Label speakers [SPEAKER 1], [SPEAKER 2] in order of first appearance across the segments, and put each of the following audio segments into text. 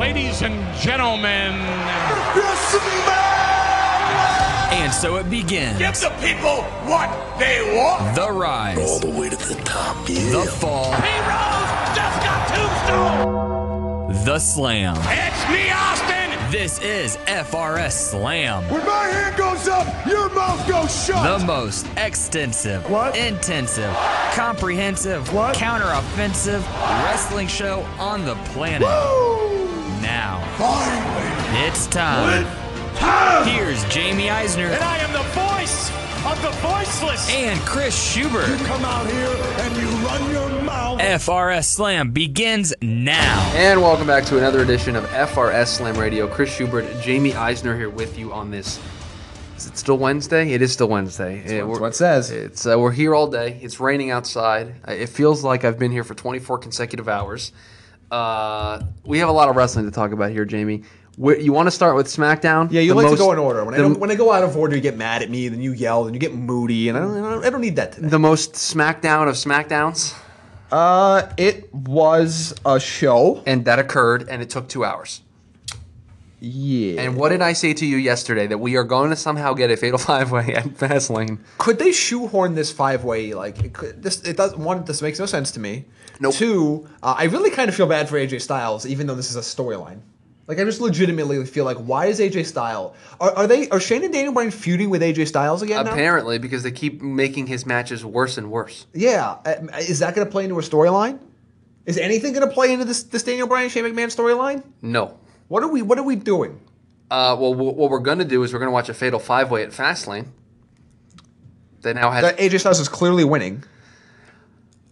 [SPEAKER 1] Ladies and gentlemen,
[SPEAKER 2] And so it begins.
[SPEAKER 3] Give the people what they want.
[SPEAKER 2] The rise. All the way to the top. The fall.
[SPEAKER 3] He rose, just got tombstone.
[SPEAKER 2] The slam.
[SPEAKER 3] It's me, Austin.
[SPEAKER 2] This is FRS Slam.
[SPEAKER 4] When my hand goes up, your mouth goes shut.
[SPEAKER 2] The most extensive,
[SPEAKER 4] What?
[SPEAKER 2] intensive, comprehensive,
[SPEAKER 4] What?
[SPEAKER 2] counter-offensive wrestling show on the planet. Now,
[SPEAKER 4] Finally,
[SPEAKER 2] it's time.
[SPEAKER 4] it's time.
[SPEAKER 2] Here's Jamie Eisner
[SPEAKER 1] and I am the voice of the voiceless.
[SPEAKER 2] and Chris Schubert.
[SPEAKER 4] Come out here and you run your mouth.
[SPEAKER 2] FRS Slam begins now.
[SPEAKER 5] And welcome back to another edition of FRS Slam Radio. Chris Schubert, Jamie Eisner here with you on this. Is it still Wednesday? It is still Wednesday. It-
[SPEAKER 6] That's
[SPEAKER 5] we're-
[SPEAKER 6] what it says.
[SPEAKER 5] It's uh, we're here all day. It's raining outside. Uh, It feels like I've been here for 24 consecutive hours. Uh, we have a lot of wrestling to talk about here, Jamie. Where, you want to start with SmackDown?
[SPEAKER 6] yeah, you
[SPEAKER 5] The
[SPEAKER 6] like
[SPEAKER 5] most-
[SPEAKER 6] to go in order. When I
[SPEAKER 5] the-
[SPEAKER 6] don't, when I go out of order, you get mad at me, then you yell, then you get moody, and I don't I don't, I don't need that today.
[SPEAKER 5] the most SmackDown of SmackDowns,
[SPEAKER 6] Uh, it was a show.
[SPEAKER 5] and that occurred, and it took two hours.
[SPEAKER 6] Yeah.
[SPEAKER 5] And what did I say to you yesterday? That we are going to somehow get a fatal five way at Fastlane.
[SPEAKER 6] could they shoehorn this five way? Like it could, this, it does one. This makes no sense to me.
[SPEAKER 5] Nope.
[SPEAKER 6] Two, uh, I really kind of feel bad for AJ Styles, even though this is a storyline. Like I just legitimately feel like, why is AJ Styles? Are, are they? Are Shane and Daniel Bryan feuding with AJ Styles again? now?
[SPEAKER 5] Apparently, because they keep making his matches worse and worse.
[SPEAKER 6] Yeah. Uh, Is that going to play into a storyline? Is anything going to play into this, this Daniel Bryan Shane McMahon storyline?
[SPEAKER 5] No.
[SPEAKER 6] What are we? What are we doing?
[SPEAKER 5] Uh, well, wh- what we're going to do is we're going to watch a fatal five way at Fastlane. That now has.
[SPEAKER 6] That AJ Uh, Styles is clearly winning.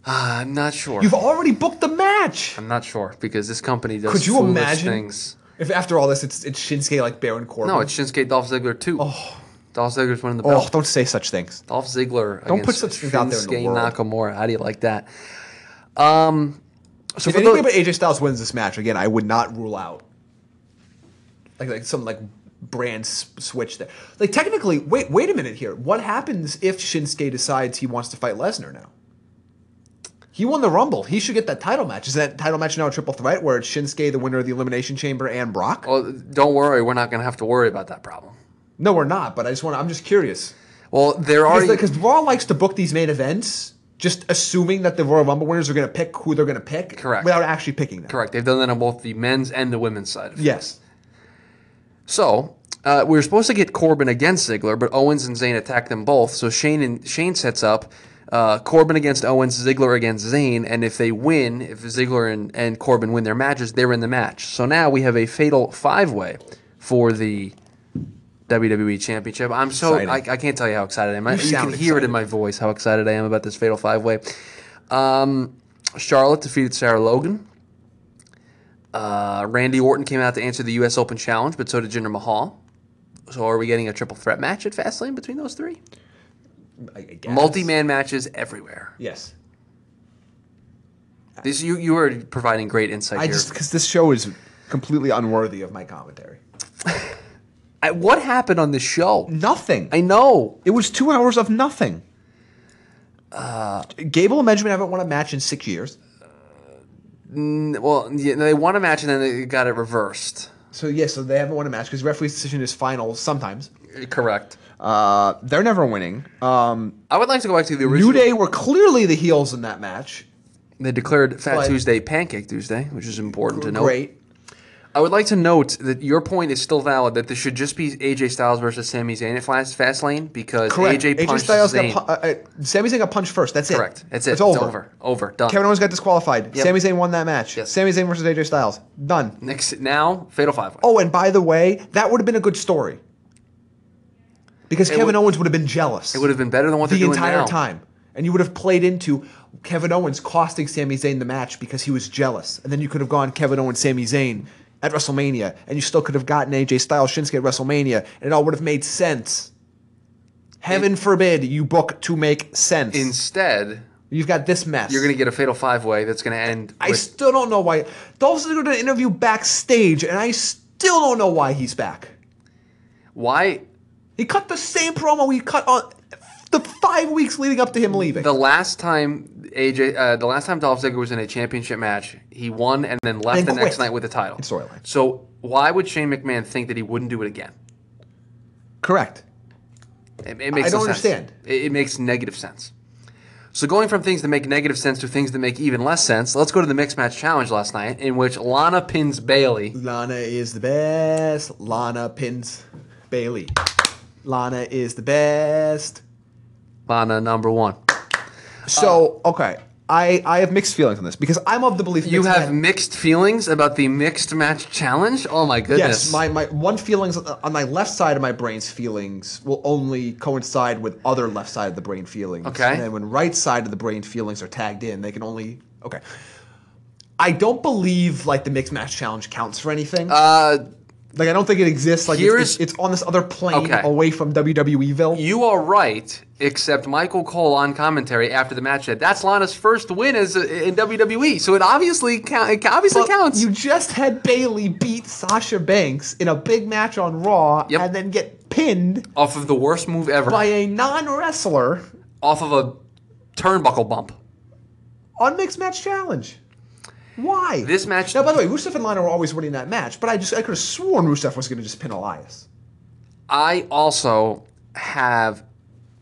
[SPEAKER 5] I'm not sure.
[SPEAKER 6] You've already booked the match.
[SPEAKER 5] I'm not sure because this company does
[SPEAKER 6] Could you
[SPEAKER 5] foolish
[SPEAKER 6] imagine
[SPEAKER 5] things.
[SPEAKER 6] if after all this, it's it's Shinsuke like Baron Corbin?
[SPEAKER 5] No, it's Shinsuke Dolph Ziggler too. Oh. Dolph Ziggler's winning the belt.
[SPEAKER 6] oh, don't say such things.
[SPEAKER 5] Dolph Ziggler.
[SPEAKER 6] Don't put
[SPEAKER 5] against
[SPEAKER 6] such things out there in the
[SPEAKER 5] Shinsuke
[SPEAKER 6] world.
[SPEAKER 5] Nakamura. How do you like that? Um. So
[SPEAKER 6] if
[SPEAKER 5] for
[SPEAKER 6] anybody
[SPEAKER 5] those-
[SPEAKER 6] but AJ Styles wins this match again, I would not rule out like like some like brand s- switch there. Like technically, wait wait a minute here. What happens if Shinsuke decides he wants to fight Lesnar now? He won the Rumble. He should get that title match. Is that title match now a triple threat where it's Shinsuke, the winner of the Elimination Chamber, and Brock?
[SPEAKER 5] Well, don't worry. We're not going to have to worry about that problem.
[SPEAKER 6] No, we're not. But I just want. to I'm just curious
[SPEAKER 5] Well, there are.
[SPEAKER 6] because Raw likes to book these main events. Just assuming that the Royal Rumble winners are going to pick who they're going to pick,
[SPEAKER 5] Correct.
[SPEAKER 6] Without actually picking them,
[SPEAKER 5] Correct. They've done that on both the men's and the women's side. of it.
[SPEAKER 6] Yes,
[SPEAKER 5] So uh, we were supposed to get Corbin against Ziggler, but Owens and Zayn attack them both. So Shane and Shane sets up uh, Corbin against Owens, Ziggler against Zayn, and if they win, if Ziggler and, and Corbin win their matches, they're in the match. So now we have a fatal five way for the. WWE Championship. I'm so I,
[SPEAKER 6] Exciting.
[SPEAKER 5] I can't tell you how excited I am. I-
[SPEAKER 6] You
[SPEAKER 5] You, can
[SPEAKER 6] sound
[SPEAKER 5] hear it
[SPEAKER 6] excited.
[SPEAKER 5] in my voice how excited I am about this fatal five way. Um, Charlotte defeated Sarah Logan. Uh, Randy Orton came out to answer the U.S. Open Challenge, but so did Jinder Mahal. So are we getting a triple threat match at Fastlane between those three?
[SPEAKER 6] I, I guess.
[SPEAKER 5] Multi-man matches everywhere.
[SPEAKER 6] Yes.
[SPEAKER 5] This you you are providing great insight
[SPEAKER 6] I
[SPEAKER 5] here.
[SPEAKER 6] just because this show is completely unworthy of my commentary.
[SPEAKER 5] I- what happened on this show?
[SPEAKER 6] Nothing.
[SPEAKER 5] I know.
[SPEAKER 6] it was two hours of nothing. Uh, Gable and Benjamin haven't won a match in six years.
[SPEAKER 5] N- Well, yeah, they won a match and then they got it reversed.
[SPEAKER 6] So yes, so they haven't won a match because referee's decision is final sometimes.
[SPEAKER 5] Correct.
[SPEAKER 6] Uh, they're never winning. Um,
[SPEAKER 5] I would like to go back to the original.
[SPEAKER 6] New Day were clearly the heels in that match.
[SPEAKER 5] They declared Fat
[SPEAKER 6] But-
[SPEAKER 5] Tuesday Pancake Tuesday, which is important to note.
[SPEAKER 6] Great.
[SPEAKER 5] I would like to note that your point is still valid that this should just be AJ Styles versus Sami Zayn at Fast Fastlane because
[SPEAKER 6] Correct.
[SPEAKER 5] AJ punched
[SPEAKER 6] Styles
[SPEAKER 5] Zayn.
[SPEAKER 6] got pu- uh, uh, Sami Zayn got punched first. That's it.
[SPEAKER 5] Correct. That's it.
[SPEAKER 6] It's
[SPEAKER 5] It's,
[SPEAKER 6] over.
[SPEAKER 5] over. over. Done.
[SPEAKER 6] Kevin Owens got disqualified.
[SPEAKER 5] Yep.
[SPEAKER 6] Sami Zayn won that match.
[SPEAKER 5] Yes.
[SPEAKER 6] Sami Zayn versus AJ Styles. Done.
[SPEAKER 5] Next now, Fatal Five Way.
[SPEAKER 6] Oh, and by the way, that would have been a good story. Because Kevin
[SPEAKER 5] would-
[SPEAKER 6] Owens would have been jealous.
[SPEAKER 5] It would have been better than what
[SPEAKER 6] the
[SPEAKER 5] they're doing
[SPEAKER 6] entire
[SPEAKER 5] now.
[SPEAKER 6] time. And you would have played into Kevin Owens costing Sami Zayn the match because he was jealous. And then you could have gone Kevin Owens, Sami Zayn at WrestleMania, and you still could have gotten AJ Styles, Shinsuke at WrestleMania, and it all would have made sense. Heaven forbid you book to make sense.
[SPEAKER 5] Instead,
[SPEAKER 6] You've got this mess.
[SPEAKER 5] you're going to get a Fatal Five Way that's going to end.
[SPEAKER 6] I
[SPEAKER 5] with-
[SPEAKER 6] still don't know why. Dolph Ziggler did an interview backstage, and I still don't know why he's back.
[SPEAKER 5] why
[SPEAKER 6] He cut the same promo he cut on the five weeks leading up to him leaving.
[SPEAKER 5] the last time AJ, uh, the last time Dolph Ziggler was in a championship match, he won and then left
[SPEAKER 6] And
[SPEAKER 5] the next
[SPEAKER 6] quit.
[SPEAKER 5] night with the title.
[SPEAKER 6] storyline.
[SPEAKER 5] So why would Shane McMahon think that he wouldn't do it again?
[SPEAKER 6] Correct.
[SPEAKER 5] It, it makes
[SPEAKER 6] I don't
[SPEAKER 5] no sense.
[SPEAKER 6] understand.
[SPEAKER 5] It, it makes negative sense. So going from things that make negative sense to things that make even less sense, let's go to the mixed match challenge last night, in which Lana pins Bailey.
[SPEAKER 6] Lana is the best. Lana pins Bailey. Lana is the best.
[SPEAKER 5] Lana number one.
[SPEAKER 6] So okay, I I have mixed feelings on this because I'm of the belief
[SPEAKER 5] You
[SPEAKER 6] mixed
[SPEAKER 5] have
[SPEAKER 6] ma-
[SPEAKER 5] mixed feelings about the mixed match challenge. Oh my goodness!
[SPEAKER 6] yes my my one feelings on my left side of my brain's feelings will only coincide with other left side of the brain feelings.
[SPEAKER 5] Okay.
[SPEAKER 6] and then when right side of the brain feelings are tagged in, they can only okay. I don't believe like the mixed match challenge counts for anything.
[SPEAKER 5] uh,
[SPEAKER 6] like I don't think it exists. Like
[SPEAKER 5] here
[SPEAKER 6] it's,
[SPEAKER 5] is-
[SPEAKER 6] it's, it's on this other plane
[SPEAKER 5] Okay.
[SPEAKER 6] away from WWEville.
[SPEAKER 5] you are right, except Michael Cole on commentary after the match said that's Lana's first win as in WWE, so it obviously count, it obviously
[SPEAKER 6] Well,
[SPEAKER 5] counts.
[SPEAKER 6] You just had Bailey beat Sasha Banks in a big match on Raw
[SPEAKER 5] Yep.
[SPEAKER 6] and then get pinned
[SPEAKER 5] off of the worst move ever,
[SPEAKER 6] by a non wrestler
[SPEAKER 5] off of a turnbuckle bump.
[SPEAKER 6] on Mixed Match Challenge. Why?
[SPEAKER 5] This match-
[SPEAKER 6] Now, by the way, Rusev and Lana were always winning that match, but I just I could have sworn Rusev was going to just pin Elias.
[SPEAKER 5] I also have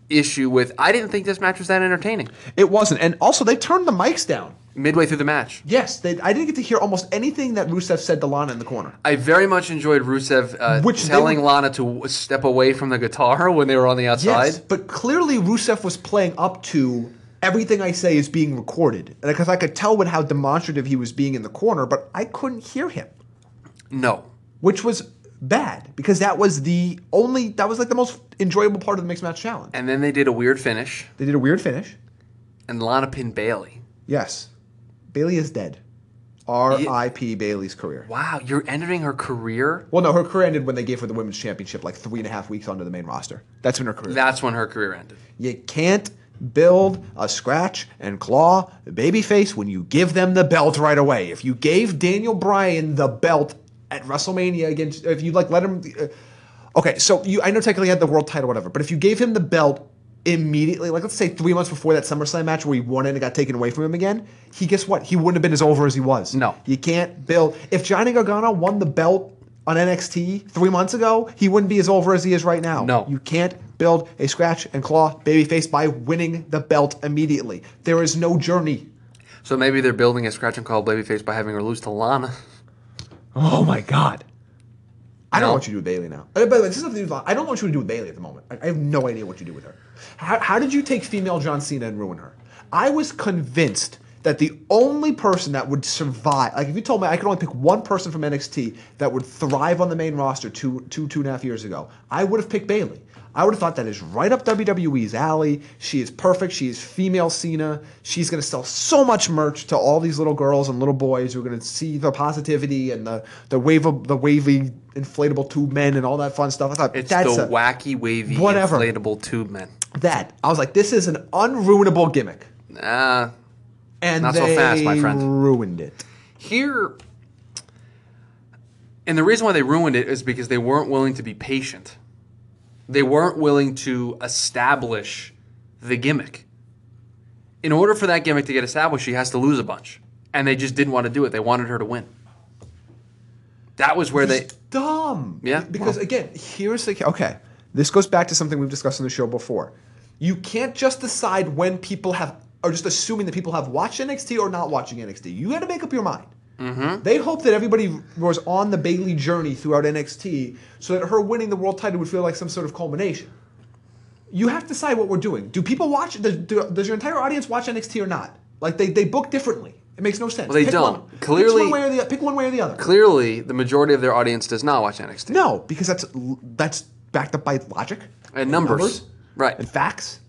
[SPEAKER 5] issue with. I didn't think this match was that entertaining
[SPEAKER 6] It wasn't. And also, they turned the mics down.
[SPEAKER 5] midway through the match.
[SPEAKER 6] Yes, they, I didn't get to hear almost anything that Rusev said to Lana in the corner.
[SPEAKER 5] I very much enjoyed Rusev uh,
[SPEAKER 6] Which they
[SPEAKER 5] telling
[SPEAKER 6] were-
[SPEAKER 5] Lana to w- step away from the guitar when they were on the outside.
[SPEAKER 6] Yes, but clearly Rusev was playing up to everything I say is being recorded, and because I could tell with how demonstrative he was being in the corner, but I couldn't hear him,
[SPEAKER 5] No,
[SPEAKER 6] which was bad because that was the only that was like the most enjoyable part of the mixed match challenge.
[SPEAKER 5] and then they did a weird finish,
[SPEAKER 6] They did a weird finish.
[SPEAKER 5] and Lana pinned Bailey.
[SPEAKER 6] Yes, Bailey is dead. R.I.P. Bailey's career.
[SPEAKER 5] Wow, you're ending her career.
[SPEAKER 6] Well, no, her career ended when they gave her the women's championship, like three and a half weeks onto the main roster. That's when her career.
[SPEAKER 5] That's when her career ended.
[SPEAKER 6] You can't build a scratch and claw babyface when you give them the belt right away. If you gave Daniel Bryan the belt at WrestleMania against, if you like let him, uh, okay, so you I know technically he had the world title, whatever, but if you gave him the belt immediately, like let's say three months before that SummerSlam match where he won it and it got taken away from him again, he guess what? He wouldn't have been as over as he was.
[SPEAKER 5] No.
[SPEAKER 6] you can't build. If Johnny Gargano won the belt. On NXT three months ago, he wouldn't be as over as he is right now.
[SPEAKER 5] No.
[SPEAKER 6] You can't build a scratch and claw babyface by winning the belt immediately. There is no journey.
[SPEAKER 5] So maybe they're building a scratch and call babyface by having her lose to Lana.
[SPEAKER 6] Oh my god. I don't
[SPEAKER 5] No.
[SPEAKER 6] know what you do with Bailey now. Uh, By the way, this is nothing to do with Lana. I don't know what you would do with Bailey at the moment. I I have no idea what you do with her. How, how did you take female John Cena and ruin her? I was convinced that the only person that would survive, like if you told me I could only pick one person from NXT that would thrive on the main roster two, two, two and a half years ago, I would have picked Bailey. I would have thought that is right up WWE's alley. She is perfect. She is female Cena. She's going to sell so much merch to all these little girls and little boys who are going to see the positivity and the the wave of, the wavy inflatable tube men and all that fun stuff. I thought
[SPEAKER 5] It's
[SPEAKER 6] that's
[SPEAKER 5] the
[SPEAKER 6] a-
[SPEAKER 5] wacky, wavy,
[SPEAKER 6] whatever.
[SPEAKER 5] inflatable tube man.
[SPEAKER 6] that. I was like, this is an unruinable gimmick,
[SPEAKER 5] Ah.
[SPEAKER 6] and
[SPEAKER 5] Not so
[SPEAKER 6] they
[SPEAKER 5] fast, my friend.
[SPEAKER 6] ruined it.
[SPEAKER 5] here and the reason why they ruined it is because they weren't willing to be patient they weren't willing to establish the gimmick in order for that gimmick to get established she has to lose a bunch and they just didn't want to do it they wanted her to win that was where they
[SPEAKER 6] It's dumb.
[SPEAKER 5] Yeah,
[SPEAKER 6] Because
[SPEAKER 5] well.
[SPEAKER 6] again, here's the okay. This goes back to something we've discussed on the show before. You can't just decide when people have are just assuming that people have watched NXT or not watching NXT. You got to make up your mind.
[SPEAKER 5] Mm-hmm.
[SPEAKER 6] They hoped that everybody was on the Bailey journey throughout NXT, so that her winning the world title would feel like some sort of culmination. You have to decide what we're doing. Do people watch? Does, do, does your entire audience watch NXT or not? Like they, they book differently. It makes no sense.
[SPEAKER 5] Well, they
[SPEAKER 6] Pick
[SPEAKER 5] don't.
[SPEAKER 6] one-
[SPEAKER 5] Clearly-
[SPEAKER 6] pick one, way or the, pick one way or the other.
[SPEAKER 5] clearly the majority of their audience does not watch nxt
[SPEAKER 6] No, because that's that's backed up by logic
[SPEAKER 5] and numbers, right
[SPEAKER 6] and facts.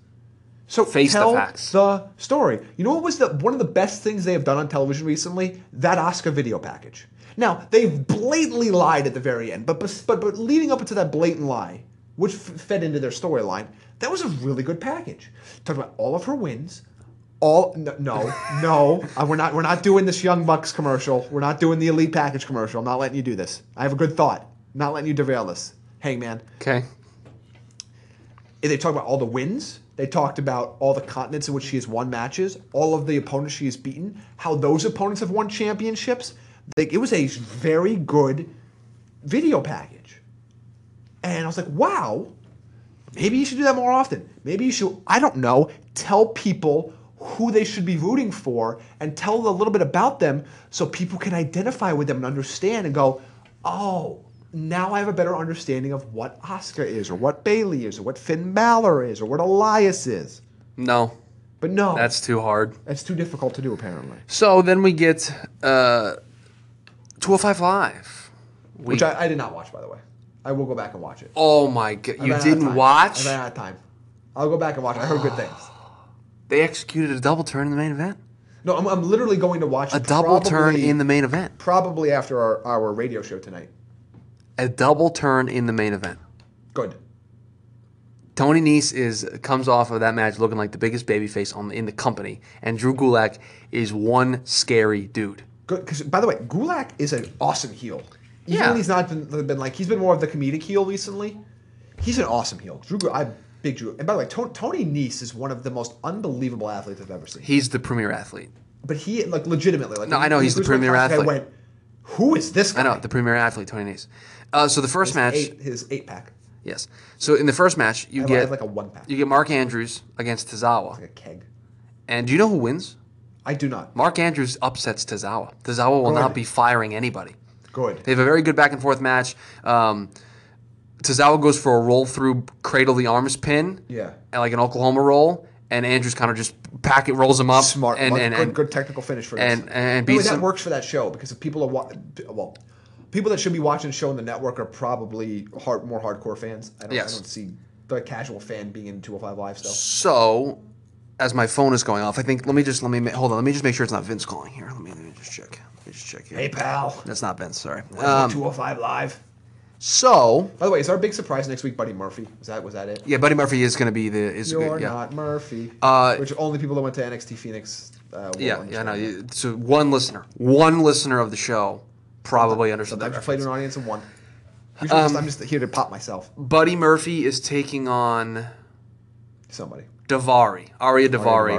[SPEAKER 6] So
[SPEAKER 5] Face the
[SPEAKER 6] tell
[SPEAKER 5] facts.
[SPEAKER 6] the story. You know what was the one of the best things they have done on television recently? That Oscar video package. Now they've blatantly lied at the very end, but but but, but leading up to that blatant lie, which f- fed into their storyline, that was a really good package. Talked about all of her wins. All no no, no Uh, we're not we're not doing this Young Bucks commercial. We're not doing the Elite package commercial. I'm not letting you do this. I have a good thought. not letting you derail this, Hangman
[SPEAKER 5] okay
[SPEAKER 6] and they talk about all the wins. They talked about all the continents in which she has won matches, all of the opponents she has beaten, how those opponents have won championships. Like it was a very good video package. And I was like, wow, maybe you should do that more often. Maybe you should, I don't know, tell people who they should be rooting for and tell a little bit about them so people can identify with them and understand and go, oh, now I have a better understanding of what Oscar is or what Bailey is or what Finn Balor is or what Elias is.
[SPEAKER 5] No,
[SPEAKER 6] But no,
[SPEAKER 5] that's too hard.
[SPEAKER 6] that's too difficult to do apparently.
[SPEAKER 5] So then we get uh, 205 Live. We,
[SPEAKER 6] Which I, I did not watch, by the way. I will go back and watch it.
[SPEAKER 5] oh my god,
[SPEAKER 6] I ran
[SPEAKER 5] you
[SPEAKER 6] out of
[SPEAKER 5] didn't
[SPEAKER 6] time.
[SPEAKER 5] watch?
[SPEAKER 6] I ran out of time. I'll go back and watch. it. I heard good things.
[SPEAKER 5] They executed a double turn in the main event.
[SPEAKER 6] No, I'm, I'm literally going to watch
[SPEAKER 5] A
[SPEAKER 6] it
[SPEAKER 5] double turn
[SPEAKER 6] probably-
[SPEAKER 5] in the main event.
[SPEAKER 6] probably after our, our radio show tonight.
[SPEAKER 5] A double turn in the main event.
[SPEAKER 6] Good.
[SPEAKER 5] Tony Nese is comes off of that match looking like the biggest babyface on in the company, and Drew Gulak is one scary dude.
[SPEAKER 6] Good. Because by the way, Gulak is an awesome heel. Even
[SPEAKER 5] Yeah.
[SPEAKER 6] when he's not been, been like he's been more of the comedic heel recently. He's an awesome heel. Drew, Gul- I big Drew. And by the way, Tony, Tony Nese is one of the most unbelievable athletes I've ever seen.
[SPEAKER 5] He's the premier athlete.
[SPEAKER 6] but he like legitimately like
[SPEAKER 5] No, I know he's the premier
[SPEAKER 6] I
[SPEAKER 5] athlete.
[SPEAKER 6] went, who is this guy?
[SPEAKER 5] I know the premier athlete, Tony Nese. Uh, so the first
[SPEAKER 6] his
[SPEAKER 5] match,
[SPEAKER 6] eight, his eight pack.
[SPEAKER 5] yes. So in the first match, you
[SPEAKER 6] I
[SPEAKER 5] get
[SPEAKER 6] have like a one pack,
[SPEAKER 5] you get Mark Andrews against Tazawa,
[SPEAKER 6] like a keg.
[SPEAKER 5] and do you know who wins?
[SPEAKER 6] I do not.
[SPEAKER 5] Mark Andrews upsets Tazawa. Tazawa will
[SPEAKER 6] Good.
[SPEAKER 5] not be firing anybody.
[SPEAKER 6] Good.
[SPEAKER 5] They have a very good back and forth match. Um, Tazawa goes for a roll through cradle the arms pin,
[SPEAKER 6] Yeah.
[SPEAKER 5] and like an Oklahoma roll, and Andrews kind of just packet rolls him up,
[SPEAKER 6] smart
[SPEAKER 5] and
[SPEAKER 6] like,
[SPEAKER 5] and,
[SPEAKER 6] good,
[SPEAKER 5] and
[SPEAKER 6] good technical finish for
[SPEAKER 5] and-
[SPEAKER 6] this.
[SPEAKER 5] and
[SPEAKER 6] By the way,
[SPEAKER 5] beats
[SPEAKER 6] that
[SPEAKER 5] him-
[SPEAKER 6] works for that show because if people are wa- well, people that should be watching the show on the network are probably hard, more hardcore fans. I don't,
[SPEAKER 5] Yes.
[SPEAKER 6] I don't see the casual fan being in 205 Live still.
[SPEAKER 5] so. As my phone is going off, I think let me just let me ma- hold on. Let me just make sure it's not Vince calling here. Let me, let me just check. Let me just check here.
[SPEAKER 6] Hey pal,
[SPEAKER 5] That's not Vince. Sorry.
[SPEAKER 6] Welcome
[SPEAKER 5] Um,
[SPEAKER 6] to 205 Live.
[SPEAKER 5] so
[SPEAKER 6] By the way, is our big surprise next week Buddy Murphy? Was that was that it?
[SPEAKER 5] yeah, Buddy Murphy is going to be the is
[SPEAKER 6] You're
[SPEAKER 5] good. Yeah.
[SPEAKER 6] not Murphy.
[SPEAKER 5] Uh,
[SPEAKER 6] Which only people that went to NXT Phoenix. Uh, will
[SPEAKER 5] Yeah, yeah, I
[SPEAKER 6] understand
[SPEAKER 5] know.
[SPEAKER 6] that.
[SPEAKER 5] You- So one listener, one listener of the show probably understood that.
[SPEAKER 6] Sometimes you
[SPEAKER 5] reference.
[SPEAKER 6] played an audience and won. Usually just,
[SPEAKER 5] Um,
[SPEAKER 6] I'm just here to pop myself.
[SPEAKER 5] Buddy Murphy is taking on
[SPEAKER 6] Somebody.
[SPEAKER 5] Davari, Aria
[SPEAKER 6] Davari.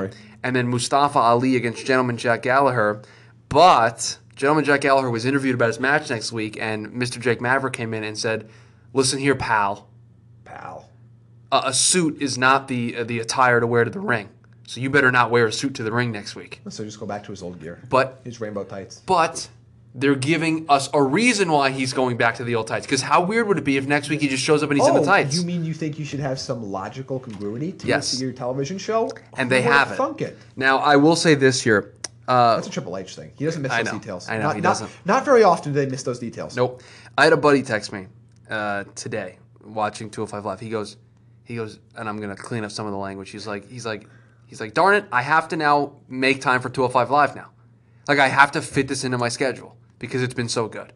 [SPEAKER 5] Davari, and then Mustafa Ali against Gentleman Jack Gallagher. But Gentleman Jack Gallagher was interviewed about his match next week, and Mr. Jake Maverick came in and said, "Listen here, pal.
[SPEAKER 6] Pal.
[SPEAKER 5] A, a suit is not the uh, the attire to wear to the ring, so you better not wear a suit to the ring next week."
[SPEAKER 6] So just go back to his old gear.
[SPEAKER 5] But
[SPEAKER 6] his rainbow tights.
[SPEAKER 5] but they're giving us a reason why he's going back to the old tights. Because how weird would it be if next week he just shows up and he's in the tights?
[SPEAKER 6] Oh, You mean you think you should have some logical congruity to
[SPEAKER 5] Yes.
[SPEAKER 6] your- your television show?
[SPEAKER 5] and they
[SPEAKER 6] Who would've
[SPEAKER 5] have it.
[SPEAKER 6] Thunk it.
[SPEAKER 5] Now I will say this here. Uh,
[SPEAKER 6] That's a Triple H thing. He doesn't miss
[SPEAKER 5] I
[SPEAKER 6] those
[SPEAKER 5] know.
[SPEAKER 6] details.
[SPEAKER 5] I know,
[SPEAKER 6] Not,
[SPEAKER 5] he
[SPEAKER 6] not-
[SPEAKER 5] doesn't.
[SPEAKER 6] Not very often do they miss those details.
[SPEAKER 5] nope. I had a buddy text me uh, today watching 205 Live. He goes, he goes, and I'm gonna clean up some of the language. He's like, he's like, he's like, darn it, I have to now make time for 205 Live now. Like I have to fit this into my schedule because it's been so good.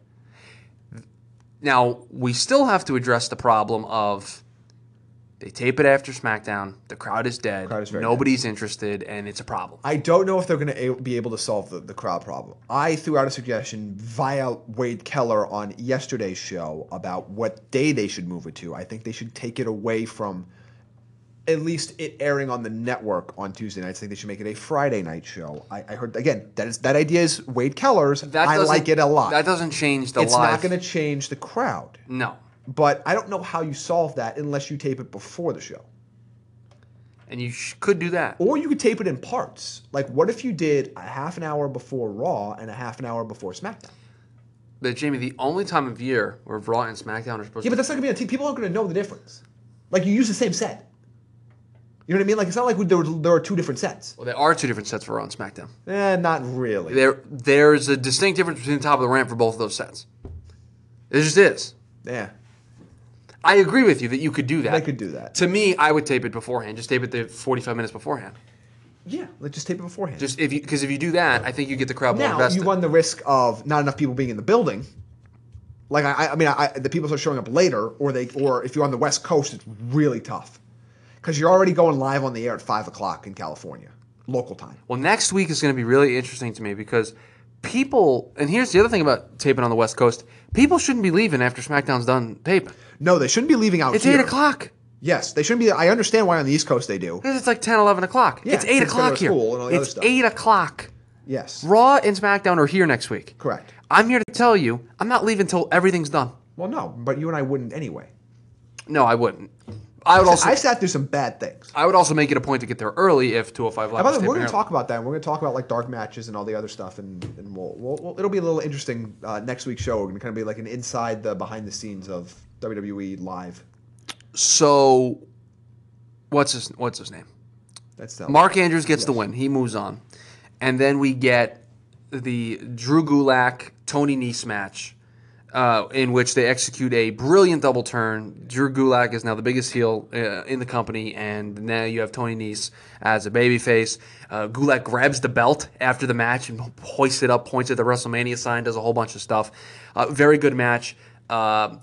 [SPEAKER 5] Now we still have to address the problem of they tape it after SmackDown. The crowd is dead.
[SPEAKER 6] Crowd is very
[SPEAKER 5] Nobody's interested, and it's a problem.
[SPEAKER 6] I don't know if they're going to be able to solve the, the crowd problem. I threw out a suggestion via Wade Keller on yesterday's show about what day they should move it to. I think they should take it away from at least it airing on the network on Tuesday nights. I think they should make it a Friday night show. I, I heard again that is that idea is Wade Keller's.
[SPEAKER 5] That
[SPEAKER 6] I
[SPEAKER 5] doesn't-
[SPEAKER 6] like it a lot.
[SPEAKER 5] That doesn't change the
[SPEAKER 6] it's
[SPEAKER 5] live.
[SPEAKER 6] not going to change the crowd.
[SPEAKER 5] No.
[SPEAKER 6] But I don't know how you solve that unless you tape it before the show.
[SPEAKER 5] And you sh- could do that.
[SPEAKER 6] Or you could tape it in parts. Like, what if you did a half an hour before Raw and a half an hour before SmackDown?
[SPEAKER 5] But Jamie, the only time of year where Raw and SmackDown are supposed
[SPEAKER 6] Yeah, but
[SPEAKER 5] to
[SPEAKER 6] that's not gonna be on TV. People aren't gonna know the difference. Like, you use the same set. You know what I mean? Like, it's not like there, were- there are two different sets.
[SPEAKER 5] well, there are two different sets for Raw and SmackDown.
[SPEAKER 6] Eh, not really.
[SPEAKER 5] There, there's a distinct difference between the top of the ramp for both of those sets. There just is.
[SPEAKER 6] yeah,
[SPEAKER 5] I agree with you that you could do that.
[SPEAKER 6] I could do that.
[SPEAKER 5] To me, I would tape it beforehand. Just tape it the 45 minutes beforehand.
[SPEAKER 6] yeah, let's just tape it beforehand.
[SPEAKER 5] Just if you, because if you do that, I think you get the crowd more
[SPEAKER 6] now
[SPEAKER 5] invested.
[SPEAKER 6] you run the risk of not enough people being in the building. Like I, I- I mean, I, I- the people are showing up later, or they, or if you're on the West Coast, it's really tough because you're already going live on the air at five o'clock in California, local time.
[SPEAKER 5] Well, next week is going to be really interesting to me because people, and here's the other thing about taping on the West Coast: people shouldn't be leaving after SmackDown's done taping.
[SPEAKER 6] No, they shouldn't be leaving out.
[SPEAKER 5] It's
[SPEAKER 6] here.
[SPEAKER 5] eight o'clock.
[SPEAKER 6] Yes, they shouldn't be. I understand why on the East Coast they do.
[SPEAKER 5] Because it's like 10, 11 o'clock.
[SPEAKER 6] Yeah,
[SPEAKER 5] it's 8
[SPEAKER 6] kids gotta go to
[SPEAKER 5] o'clock here.
[SPEAKER 6] school and all the other
[SPEAKER 5] It's
[SPEAKER 6] stuff.
[SPEAKER 5] 8 o'clock.
[SPEAKER 6] Yes,
[SPEAKER 5] Raw and SmackDown are here next week.
[SPEAKER 6] correct.
[SPEAKER 5] I'm here to tell you, I'm not leaving until everything's done.
[SPEAKER 6] Well, no, but you and I wouldn't anyway.
[SPEAKER 5] No, I wouldn't. I would also
[SPEAKER 6] I sat through some bad things.
[SPEAKER 5] I would also make it a point to get there early if 205 Live
[SPEAKER 6] By
[SPEAKER 5] was
[SPEAKER 6] the way, we're going
[SPEAKER 5] taping
[SPEAKER 6] to talk about that. and We're going to talk about like dark matches and all the other stuff, and, and we'll, we'll, we'll it'll be a little interesting uh, next week's show. We're going to kind of be like an inside the behind the scenes of WWE live.
[SPEAKER 5] early. So, what's his what's his name?
[SPEAKER 6] That's the
[SPEAKER 5] Mark Andrews gets the win. He moves on, and then we get the Drew Gulak Tony Nese match, uh, in which they execute a brilliant double turn. Drew Gulak is now the biggest heel uh, in the company, and now you have Tony Nese as a babyface. Uh, Gulak grabs the belt after the match and hoists it up, points at the WrestleMania sign, does a whole bunch of stuff. Uh, very good match. Uh,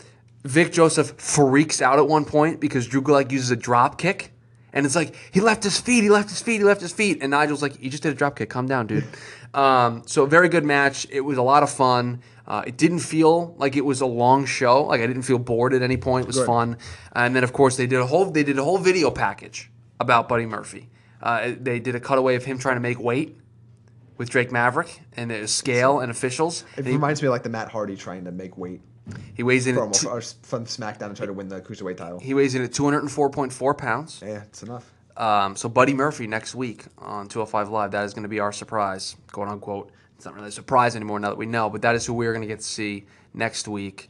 [SPEAKER 5] Vic Joseph freaks out at one point because Drew Gulak uses a drop kick. And it's like he left his feet, he left his feet, he left his feet, and Nigel's like, "You just did a drop kick. Calm down, dude." um, so very good match. It was a lot of fun. Uh, it didn't feel like it was a long show. Like I didn't feel bored at any point. It was fun. And then of course they did a whole they did a whole video package about Buddy Murphy. Uh, they did a cutaway of him trying to make weight with Drake Maverick and there's scale and officials.
[SPEAKER 6] It
[SPEAKER 5] And he,
[SPEAKER 6] reminds me of like the Matt Hardy trying to make weight
[SPEAKER 5] he weighs in
[SPEAKER 6] promo
[SPEAKER 5] at two,
[SPEAKER 6] or s- from SmackDown and try to win the cruiserweight title.
[SPEAKER 5] he weighs in at 204.4 pounds.
[SPEAKER 6] Yeah, it's enough.
[SPEAKER 5] Um, so Buddy Murphy next week on 205 Live. That is going to be our surprise, quote unquote. It's not really a surprise anymore now that we know, but that is who we are going to get to see next week.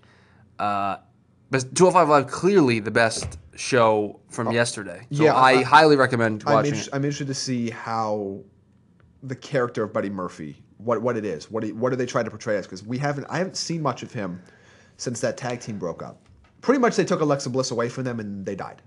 [SPEAKER 5] Uh, but 205 Live clearly the best show from yesterday. So
[SPEAKER 6] Oh, Yeah,
[SPEAKER 5] I,
[SPEAKER 6] I-
[SPEAKER 5] highly recommend
[SPEAKER 6] I'm,
[SPEAKER 5] watching
[SPEAKER 6] inter-
[SPEAKER 5] it.
[SPEAKER 6] I'm interested to see how the character of Buddy Murphy, what what it is, what he, what are they trying to portray us? Because we haven't, I haven't seen much of him since that tag team broke up. Pretty much, they took Alexa Bliss away from them and they died.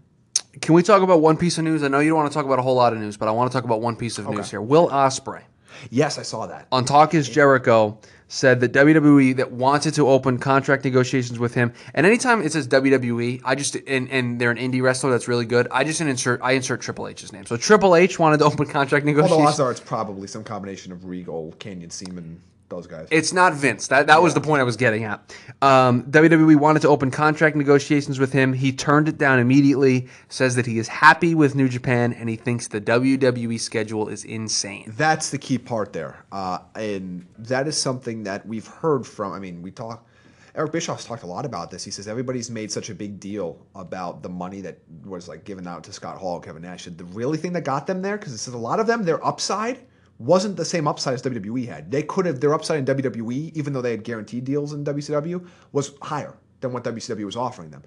[SPEAKER 5] Can we talk about one piece of news? I know you don't want to talk about a whole lot of news, but I want to talk about one piece of news here. Will Osprey.
[SPEAKER 6] Yes, I saw that.
[SPEAKER 5] on Talk is Jericho said that WWE that wanted to open contract negotiations with him. And anytime it says WWE, I just and, and they're an indie wrestler that's really good. I just insert I insert Triple H's name. So Triple H wanted to open contract
[SPEAKER 6] Although
[SPEAKER 5] negotiations.
[SPEAKER 6] Ozart's probably some combination of Regal, Canyon Seaman, those guys.
[SPEAKER 5] It's not Vince. That that was the point I was getting at. Um, WWE wanted to open contract negotiations with him. He turned it down immediately. Says that he is happy with New Japan and he thinks the WWE schedule is insane.
[SPEAKER 6] That's the key part there, uh, and that is something that we've heard from. I mean, we talk. Eric Bischoff's talked a lot about this. He says everybody's made such a big deal about the money that was like given out to Scott Hall, Kevin Nash. The really thing that got them there, because it says a lot of them, their upside wasn't the same upside as WWE had. They could have their upside in WWE, even though they had guaranteed deals in WCW, was higher than what WCW was offering them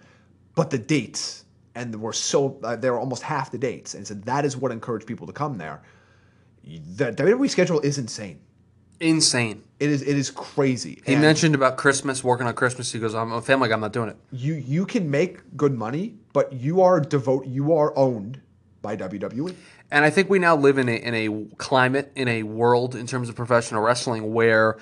[SPEAKER 6] but the dates and were so uh, they were almost half the dates and so that is what encouraged people to come there the WWE schedule is insane
[SPEAKER 5] Insane.
[SPEAKER 6] it is it is crazy
[SPEAKER 5] He
[SPEAKER 6] And
[SPEAKER 5] mentioned about Christmas, working on Christmas. He goes, I'm a family guy, I'm not doing it.
[SPEAKER 6] you you can make good money but you are devote you are owned by E. WWE
[SPEAKER 5] And I think we now live in a in a climate in a world in terms of professional wrestling where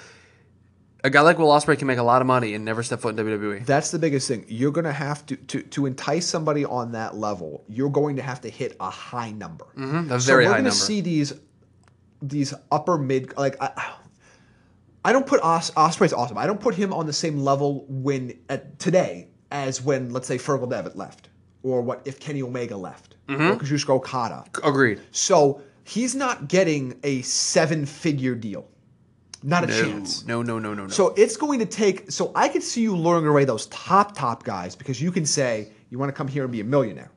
[SPEAKER 5] a guy like Will Ospreay can make a lot of money and never step foot in E. WWE.
[SPEAKER 6] that's the biggest thing you're going to have to, to to entice somebody on that level you're going to have to hit a high number
[SPEAKER 5] A
[SPEAKER 6] So
[SPEAKER 5] Mm-hmm. very
[SPEAKER 6] we're
[SPEAKER 5] high
[SPEAKER 6] gonna
[SPEAKER 5] number.
[SPEAKER 6] see these these upper mid like I, I don't put Os, Osprey's awesome. I don't put him on the same level when at today as when let's say Fergal Devitt left or what if Kenny Omega left
[SPEAKER 5] Mm-hmm.
[SPEAKER 6] or Kazuchika Okada.
[SPEAKER 5] Agreed.
[SPEAKER 6] So he's not getting a seven figure deal. Not a chance.
[SPEAKER 5] No, no, no, no, no.
[SPEAKER 6] So it's going to take. So I could see you luring away those top top guys because you can say you want to come here and be a millionaire.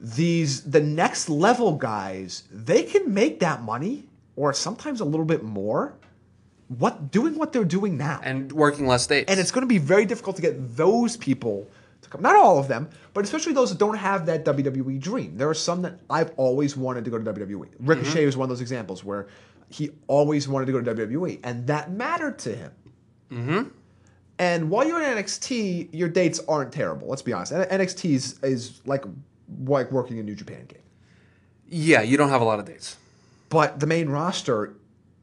[SPEAKER 6] These the next level guys, they can make that money or sometimes a little bit more. What doing what they're doing now, and,
[SPEAKER 5] and working less dates.
[SPEAKER 6] it's going to be very difficult to get those people to come. Not all of them, but especially those that don't have that WWE dream. There are some that I've always wanted to go to WWE. Ricochet was one of those examples where he always wanted to go to WWE, and that mattered to him. And while you're in NXT, your dates aren't terrible. Let's be honest. N- NXT is, is like like working a New Japan game.
[SPEAKER 5] yeah, you don't have a lot of dates.
[SPEAKER 6] But the main roster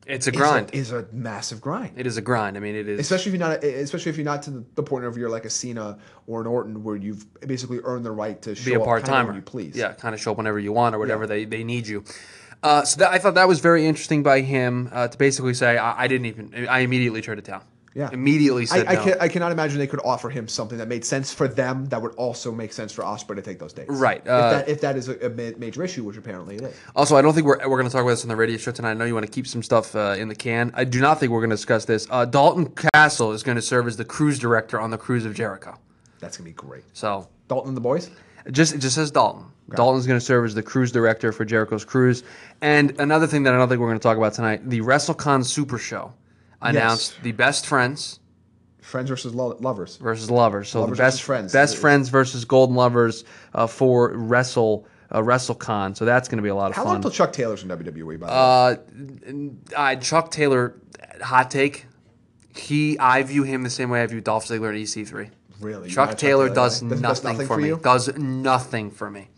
[SPEAKER 5] It's a
[SPEAKER 6] is
[SPEAKER 5] grind.
[SPEAKER 6] a, is a massive grind.
[SPEAKER 5] it is a grind. I mean, it is.
[SPEAKER 6] especially if you're not eh, especially if you're not to the, the point of you're like a Cena or an Orton where you've basically earned the right to show
[SPEAKER 5] be a
[SPEAKER 6] up
[SPEAKER 5] part
[SPEAKER 6] kinda when
[SPEAKER 5] timer.
[SPEAKER 6] you please.
[SPEAKER 5] Yeah, kind of show up whenever you want or whatever they, they need you. Uh, so that, I thought that was very interesting by him uh, to basically say I, I didn't even I immediately turned it down.
[SPEAKER 6] Yeah.
[SPEAKER 5] Immediately
[SPEAKER 6] I,
[SPEAKER 5] said
[SPEAKER 6] I,
[SPEAKER 5] no.
[SPEAKER 6] can, I cannot imagine they could offer him something that made sense for them that would also make sense for Osprey to take those dates.
[SPEAKER 5] Right,
[SPEAKER 6] If,
[SPEAKER 5] uh,
[SPEAKER 6] that, if that is a, a ma- major issue, which apparently it is.
[SPEAKER 5] Also, I don't think we're, we're going to talk about this on the radio show tonight. I know you want to keep some stuff uh, in the can. I do not think we're going to discuss this. Uh, Dalton Castle is going to serve as the cruise director on the Cruise of Jericho.
[SPEAKER 6] That's going to be great.
[SPEAKER 5] So
[SPEAKER 6] Dalton and the boys?
[SPEAKER 5] it just it just says Dalton. Dalton's going to serve as the cruise director for Jericho's cruise. And another thing that I don't think we're going to talk about tonight: the WrestleCon Super Show announced the best friends
[SPEAKER 6] Friends versus lo- lovers.
[SPEAKER 5] versus lovers. So
[SPEAKER 6] Lovers
[SPEAKER 5] the best
[SPEAKER 6] versus friends.
[SPEAKER 5] best friends versus golden lovers uh, for Wrestle uh, WrestleCon. So that's going to be a lot of
[SPEAKER 6] How
[SPEAKER 5] fun.
[SPEAKER 6] long till Chuck Taylor's in WWE, by the way?
[SPEAKER 5] Uh, I Chuck Taylor, hot take. He, I view him the same way I view Dolph Ziggler and EC3.
[SPEAKER 6] Really? You like
[SPEAKER 5] Chuck
[SPEAKER 6] Chuck
[SPEAKER 5] Taylor,
[SPEAKER 6] Taylor,
[SPEAKER 5] does,
[SPEAKER 6] right?
[SPEAKER 5] nothing
[SPEAKER 6] Does- does nothing
[SPEAKER 5] for
[SPEAKER 6] for
[SPEAKER 5] me.
[SPEAKER 6] you?
[SPEAKER 5] Does nothing for me.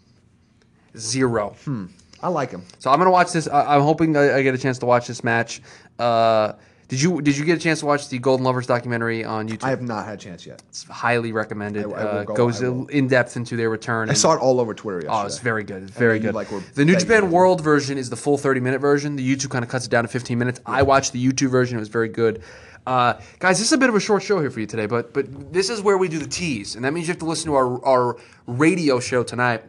[SPEAKER 5] Zero.
[SPEAKER 6] Hmm. I like him.
[SPEAKER 5] So I'm gonna watch this. I, I'm hoping I, I get a chance to watch this match. Uh, did you Did you get a chance to watch the Golden Lovers documentary on YouTube?
[SPEAKER 6] I have not had a chance yet.
[SPEAKER 5] it's highly recommended.
[SPEAKER 6] I will
[SPEAKER 5] uh,
[SPEAKER 6] go,
[SPEAKER 5] goes
[SPEAKER 6] I will.
[SPEAKER 5] in depth into their return.
[SPEAKER 6] I saw it all over Twitter yesterday.
[SPEAKER 5] Oh, it's very good. It's very
[SPEAKER 6] you,
[SPEAKER 5] good.
[SPEAKER 6] like, were
[SPEAKER 5] the New
[SPEAKER 6] begging
[SPEAKER 5] Japan
[SPEAKER 6] me.
[SPEAKER 5] World version is the full 30 minute version. The YouTube kind of cuts it down to 15 minutes. I watched the YouTube version. It was very good. Uh, guys, this is a bit of a short show here for you today, but but this is where we do the tease, and that means you have to listen to our our radio show tonight.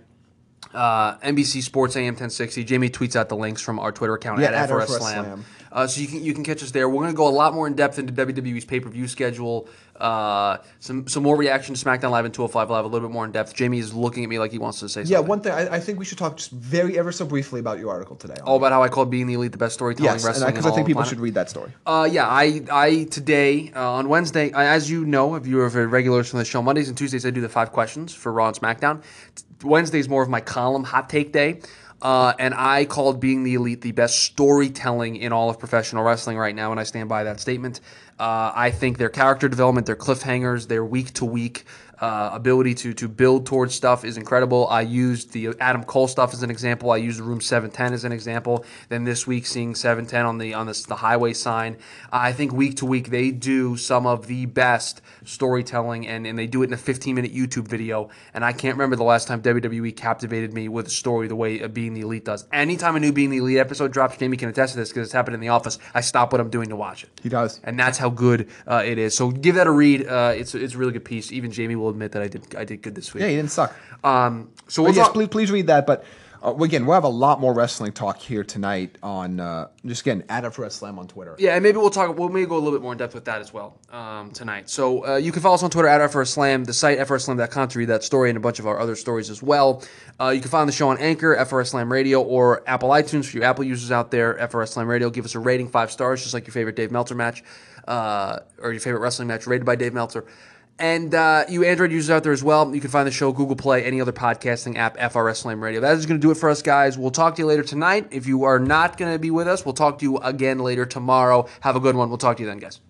[SPEAKER 5] Uh, NBC Sports AM 1060. Jamie tweets out the links from our Twitter account
[SPEAKER 6] Yeah,
[SPEAKER 5] at
[SPEAKER 6] at
[SPEAKER 5] FRS,
[SPEAKER 6] FRS
[SPEAKER 5] Slam.
[SPEAKER 6] Slam.
[SPEAKER 5] Uh, so you can you can catch us there. We're going to go a lot more in depth into WWE's pay per view schedule. Uh, some some more reaction to SmackDown Live and 205 Live. A little bit more in depth. Jamie is looking at me like he wants to say something.
[SPEAKER 6] Yeah, one thing I, I think we should talk just very ever so briefly about your article today.
[SPEAKER 5] all about how I called being the elite the best storytelling
[SPEAKER 6] yes,
[SPEAKER 5] wrestling.
[SPEAKER 6] because I,
[SPEAKER 5] in all
[SPEAKER 6] think
[SPEAKER 5] of
[SPEAKER 6] people
[SPEAKER 5] planet.
[SPEAKER 6] should read that story.
[SPEAKER 5] Uh, yeah, I I today uh, on Wednesday, I, as you know, if you're a regular listener to the show, Mondays and Tuesdays I do the five questions for Raw and SmackDown. T- Wednesday's more of my column hot take day. Uh, and I called being the elite the best storytelling in all of professional wrestling right now, and I stand by that statement. Uh, I think their character development, their cliffhangers, their week to week uh, ability to to build towards stuff is incredible. I used the Adam Cole stuff as an example. I used Room Seven Ten as an example. Then this week, seeing Seven Ten on the on this the highway sign, I think week to week they do some of the best storytelling, and and they do it in a 15 minute YouTube video. And I can't remember the last time WWE captivated me with a story the way uh, Being the Elite does. Anytime a new Being the Elite episode drops, Jamie can attest to this because it's happened in the office. I stop what I'm doing to watch it
[SPEAKER 6] He does.
[SPEAKER 5] and that's how good uh, it is. So give that a read. Uh, it's it's a really good piece. Even Jamie will admit that I did I did good this week.
[SPEAKER 6] Yeah, he didn't suck.
[SPEAKER 5] Um, so
[SPEAKER 6] But
[SPEAKER 5] we'll
[SPEAKER 6] yes,
[SPEAKER 5] talk-
[SPEAKER 6] please, please read that. But uh, well, again, we'll have a lot more wrestling talk here tonight on uh, just again at FRS Slam on Twitter.
[SPEAKER 5] Yeah, and maybe we'll talk. We'll maybe go a little bit more in depth with that as well um, tonight. So uh, you can follow us on Twitter at FRSlam, the site FRSlam.com to read that story and a bunch of our other stories as well. Uh, you can find the show on Anchor, FRSlam Radio, or Apple iTunes for you Apple users out there. FRSlam Radio, give us a rating five stars, just like your favorite Dave Meltzer match uh, or your favorite wrestling match rated by Dave Meltzer. And uh, you Android users out there as well, you can find the show Google Play, any other podcasting app, FRS Slam Radio. That is going to do it for us, guys. We'll talk to you later tonight. If you are not going to be with us, we'll talk to you again later tomorrow. Have a good one. We'll talk to you then, guys.